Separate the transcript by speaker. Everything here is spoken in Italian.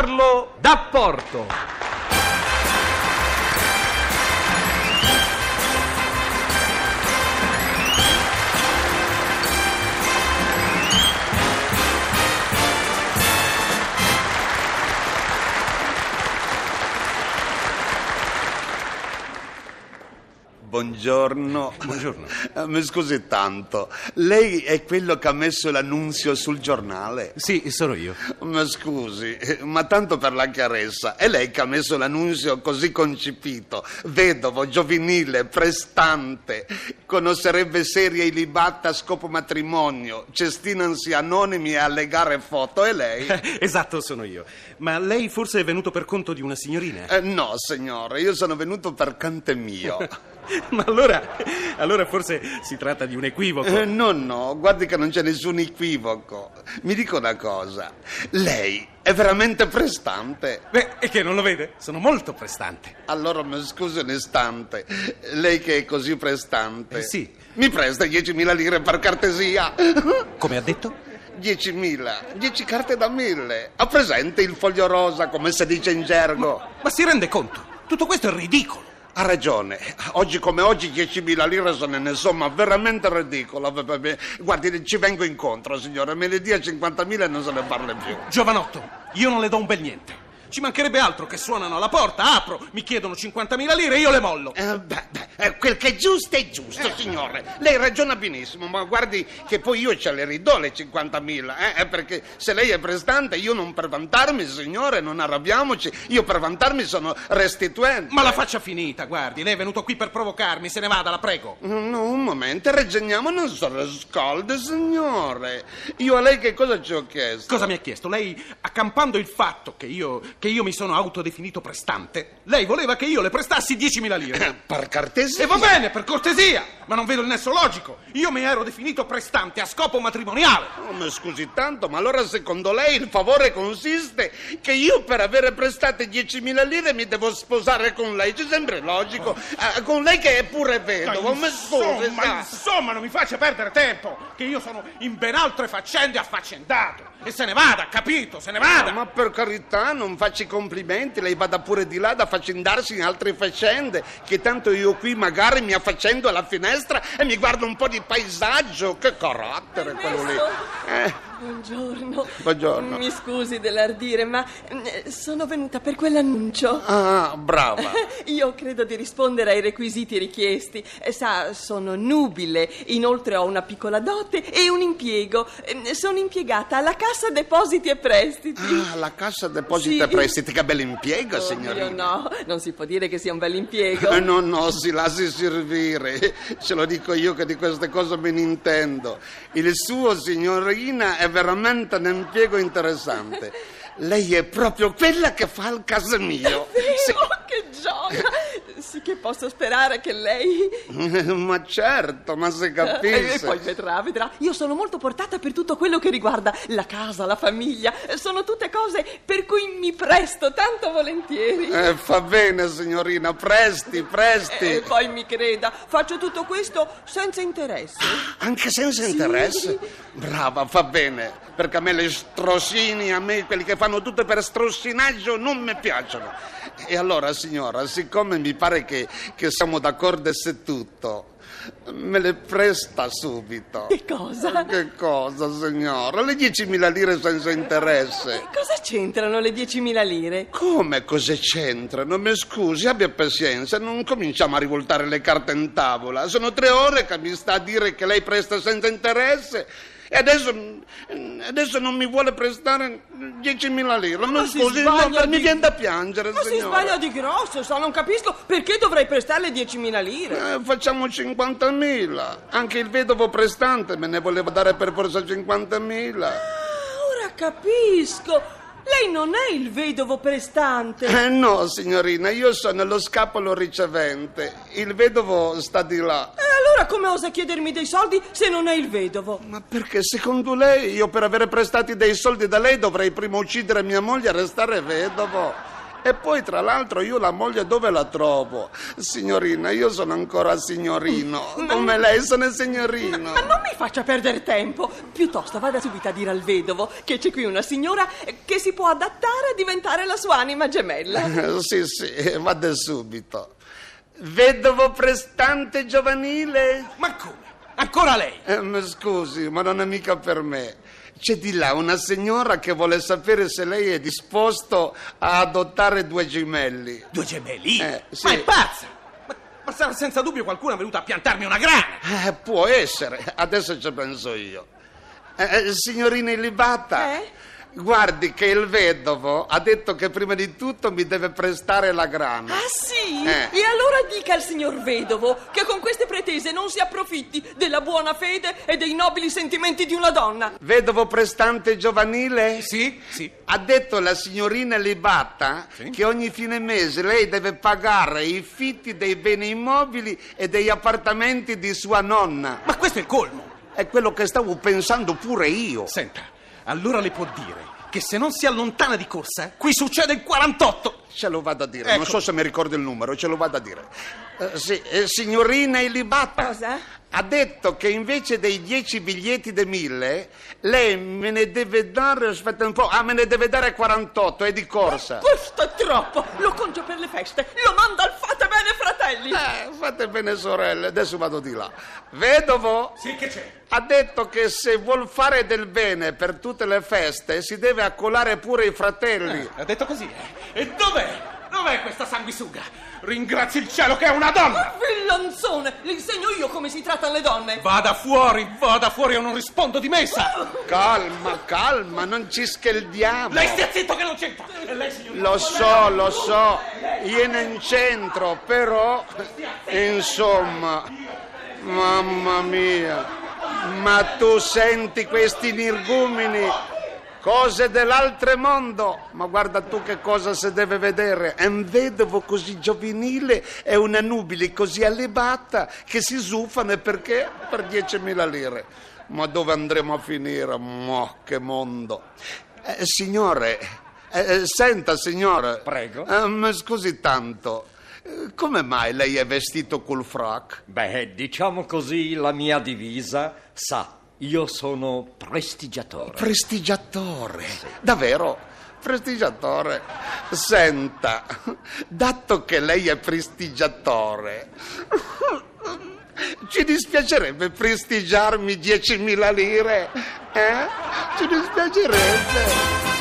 Speaker 1: Carlo D'Apporto.
Speaker 2: Buongiorno.
Speaker 3: Buongiorno.
Speaker 2: Eh, Mi scusi tanto, lei è quello che ha messo l'annunzio sul giornale?
Speaker 3: Sì, sono io.
Speaker 2: Mi scusi, eh, ma tanto per la chiarezza, è lei che ha messo l'annunzio così concepito, vedovo, giovinile, prestante, conoscerebbe serie ilibata a scopo matrimonio, cestinansi anonimi e allegare foto, è lei?
Speaker 3: Esatto, sono io. Ma lei forse è venuto per conto di una signorina?
Speaker 2: Eh, no, signore, io sono venuto per cante mio.
Speaker 3: Ma allora, allora forse si tratta di un equivoco.
Speaker 2: Eh, no, no, guardi che non c'è nessun equivoco. Mi dico una cosa, lei è veramente prestante.
Speaker 3: Beh, e che non lo vede? Sono molto prestante.
Speaker 2: Allora mi scusi un istante, lei che è così prestante.
Speaker 3: Eh, sì.
Speaker 2: Mi presta 10.000 lire per cartesia.
Speaker 3: Come ha detto?
Speaker 2: 10.000, 10 carte da 1000. Ha presente il foglio rosa, come si dice in gergo?
Speaker 3: Ma si rende conto? Tutto questo è ridicolo.
Speaker 2: Ha ragione, oggi come oggi 10.000 lire sono in somma veramente ridicola. Guardi, ci vengo incontro, signore, me le dia 50.000 e non se ne parla più.
Speaker 3: Giovanotto, io non le do un bel niente. Ci mancherebbe altro che suonano alla porta, apro, mi chiedono 50.000 lire e io le mollo.
Speaker 2: Eh, beh, beh, eh, quel che è giusto è giusto,
Speaker 3: Eh.
Speaker 2: signore. Lei ragiona benissimo, ma guardi che poi io ce le ridò le 50.000, eh, eh, perché se lei è prestante io non per vantarmi, signore, non arrabbiamoci, io per vantarmi sono restituente.
Speaker 3: Ma la faccia finita, guardi, lei è venuto qui per provocarmi, se ne vada, la prego.
Speaker 2: No, un momento, ragioniamo, non sono scolde, signore. Io a lei che cosa ci ho chiesto?
Speaker 3: Cosa mi ha chiesto? Lei, accampando il fatto che io, che io mi sono autodefinito prestante, lei voleva che io le prestassi 10.000 lire.
Speaker 2: Per cartesia?
Speaker 3: E va bene, per cortesia, ma non vedo il nesso logico. Io mi ero definito prestante a scopo matrimoniale.
Speaker 2: Oh, mi scusi tanto, ma allora secondo lei il favore consiste che io per avere prestate 10.000 lire mi devo sposare con lei? Ci sembra logico. Ah, con lei che è pure vedovo, mi scusi.
Speaker 3: insomma,
Speaker 2: sa.
Speaker 3: insomma, non mi faccia perdere tempo, che io sono in ben altre faccende affaccendato. E se ne vada, capito, se ne vada.
Speaker 2: Ma per carità, non faccia i complimenti, lei vada pure di là ad affaccendarsi in altre faccende, che tanto io qui magari mi affaccendo alla finestra e mi guardo un po' di paesaggio. Che carattere quello lì. Eh,
Speaker 4: Buongiorno.
Speaker 2: Buongiorno.
Speaker 4: Mi scusi dell'ardire, ma mm, sono venuta per quell'annuncio.
Speaker 2: ah, brava.
Speaker 4: Io credo di rispondere ai requisiti richiesti. Eh, Sa, sono nubile, inoltre ho una piccola dote e un impiego. Eh, Sono impiegata alla Cassa Depositi e Prestiti.
Speaker 2: Ah, la Cassa Depositi
Speaker 4: Sì.
Speaker 2: e Prestiti, che bel impiego,
Speaker 4: Oh,
Speaker 2: Ah, signorina.
Speaker 4: mio no, non si può dire che sia un bel impiego.
Speaker 2: Eh, No, no, si lasci servire. Ce lo dico io che di queste cose me ne intendo. Il suo, signorina, è veramente un impiego interessante. Lei è proprio quella che fa il caso mio.
Speaker 4: Vero, Oh, che gioia! Sì che posso sperare che lei...
Speaker 2: Sì. Eh, Ma certo, ma si
Speaker 4: Eh, E
Speaker 2: capisce.
Speaker 4: poi vedrà, vedrà. Io sono molto portata per tutto quello che riguarda la casa, la famiglia. Sono tutte cose per cui mi presto tanto volentieri.
Speaker 2: Eh, fa bene, signorina, presti, presti.
Speaker 4: E poi mi creda, faccio tutto questo senza interesse.
Speaker 2: Anche senza interesse? Brava, fa bene, perché a me le stroscini, a me quelli che fanno tutto per stroscinaggio non mi piacciono. E allora, signora, siccome mi pare che, che siamo d'accordo su tutto, me le presta subito.
Speaker 4: Che cosa?
Speaker 2: Che cosa, signora? Le 10.000 lire senza interesse.
Speaker 4: Cosa c'entrano le 10.000 lire?
Speaker 2: Come cosa c'entrano? Mi scusi, abbia pazienza, non cominciamo a rivoltare le carte in tavola. Sono tre ore che mi sta a dire che lei presta senza interesse e adesso, adesso non mi vuole prestare 10.000 lire. Mi
Speaker 4: Ma si
Speaker 2: scusi,
Speaker 4: sbaglia
Speaker 2: no, per-
Speaker 4: di-
Speaker 2: mi viene da piangere,
Speaker 4: Ma si
Speaker 2: signora.
Speaker 4: sbaglia di grosso, sa, non capisco perché dovrei prestarle 10.000 lire.
Speaker 2: Eh, facciamo 50.000. Anche il vedovo prestante me ne voleva dare per forza 50.000.
Speaker 4: Ah, ora capisco. Lei non è il vedovo prestante.
Speaker 2: Eh no, signorina, io sono lo scapolo ricevente. Il vedovo sta di là.
Speaker 4: E allora come osa chiedermi dei soldi se non è il vedovo?
Speaker 2: Ma perché secondo lei io per avere prestati dei soldi da lei dovrei prima uccidere mia moglie e restare vedovo? E poi, tra l'altro, io la moglie dove la trovo? Signorina, io sono ancora signorino. Come lei sono il signorino.
Speaker 4: Ma non mi faccia perdere tempo. Piuttosto vada subito a dire al vedovo che c'è qui una signora che si può adattare a diventare la sua anima gemella.
Speaker 2: Sì, sì, vada subito. Vedovo prestante giovanile?
Speaker 3: Ma come? Ancora lei?
Speaker 2: Eh, mi scusi, ma non è mica per me. C'è di là una signora che vuole sapere se lei è disposto a adottare due gemelli.
Speaker 3: Due gemelli?
Speaker 2: Eh, sì.
Speaker 3: Ma è pazza! Ma, ma sarà senza dubbio qualcuno venuto a piantarmi una grana!
Speaker 2: Eh, può essere, adesso ci penso io. Eh, eh, signorina Ilibata,
Speaker 4: Eh?
Speaker 2: guardi che il vedovo ha detto che prima di tutto mi deve prestare la grana.
Speaker 4: Ah sì?
Speaker 2: Eh.
Speaker 4: E allora dica al signor vedovo che con queste pretese non si approfitti della buona fede e dei nobili sentimenti di una donna.
Speaker 2: Vedovo prestante giovanile?
Speaker 3: Sì, sì.
Speaker 2: Ha detto la signorina Libatta
Speaker 3: Sì.
Speaker 2: che ogni fine mese lei deve pagare i fitti dei beni immobili e degli appartamenti di sua nonna.
Speaker 3: Ma questo è il colmo!
Speaker 2: È quello che stavo pensando pure io.
Speaker 3: Senta, allora le può dire che se non si allontana di corsa, qui succede il 48!
Speaker 2: Ce lo vado a dire, non
Speaker 3: Ecco.
Speaker 2: so se mi ricordo il numero, ce lo vado a dire. Eh, sì, eh, signorina Ilibatta
Speaker 4: Cosa?
Speaker 2: ha detto che invece dei 10 biglietti dei 1000 lei me ne deve dare, aspetta un po', ah me ne deve dare 48 e di corsa.
Speaker 4: Questo è troppo! Lo congio per le feste! Lo mando al fate bene, fratelli!
Speaker 2: Eh, fate bene sorelle, adesso vado di là. Vedovo
Speaker 3: Sì, che c'è?
Speaker 2: ha detto che se vuol fare del bene per tutte le feste si deve accolare pure i fratelli.
Speaker 3: Ha detto così, eh? E dov'è? Dov'è questa sanguisuga? Ringrazi il cielo che è una donna!
Speaker 4: Villanzone! Le insegno io come si trattano le donne!
Speaker 3: Vada fuori, vada fuori, io non rispondo di messa!
Speaker 2: Calma, calma, non ci scheldiamo.
Speaker 3: Lei stia zitto che non c'entra! E lei, signor...
Speaker 2: Lo so, lo so, viene in centro, però, insomma, mamma mia, ma tu senti questi nirgumini, cose dell'altro mondo, ma guarda tu che cosa si deve vedere, è un vedovo così giovanile e una nubile così allibata che si zuffano e perché? Per 10.000 lire. Ma dove andremo a finire? Mo, che mondo. Eh, signore, eh, eh, senta, signore.
Speaker 5: Prego.
Speaker 2: Eh, mi scusi tanto. Eh, Come mai lei è vestito col frac?
Speaker 5: Beh, diciamo così, la mia divisa sa, io sono prestigiatore.
Speaker 2: Prestigiatore. Davvero? Prestigiatore. Senta, dato che lei è prestigiatore, ci dispiacerebbe prestigiarmi 10.000 lire? Eh? Ci dispiacerebbe.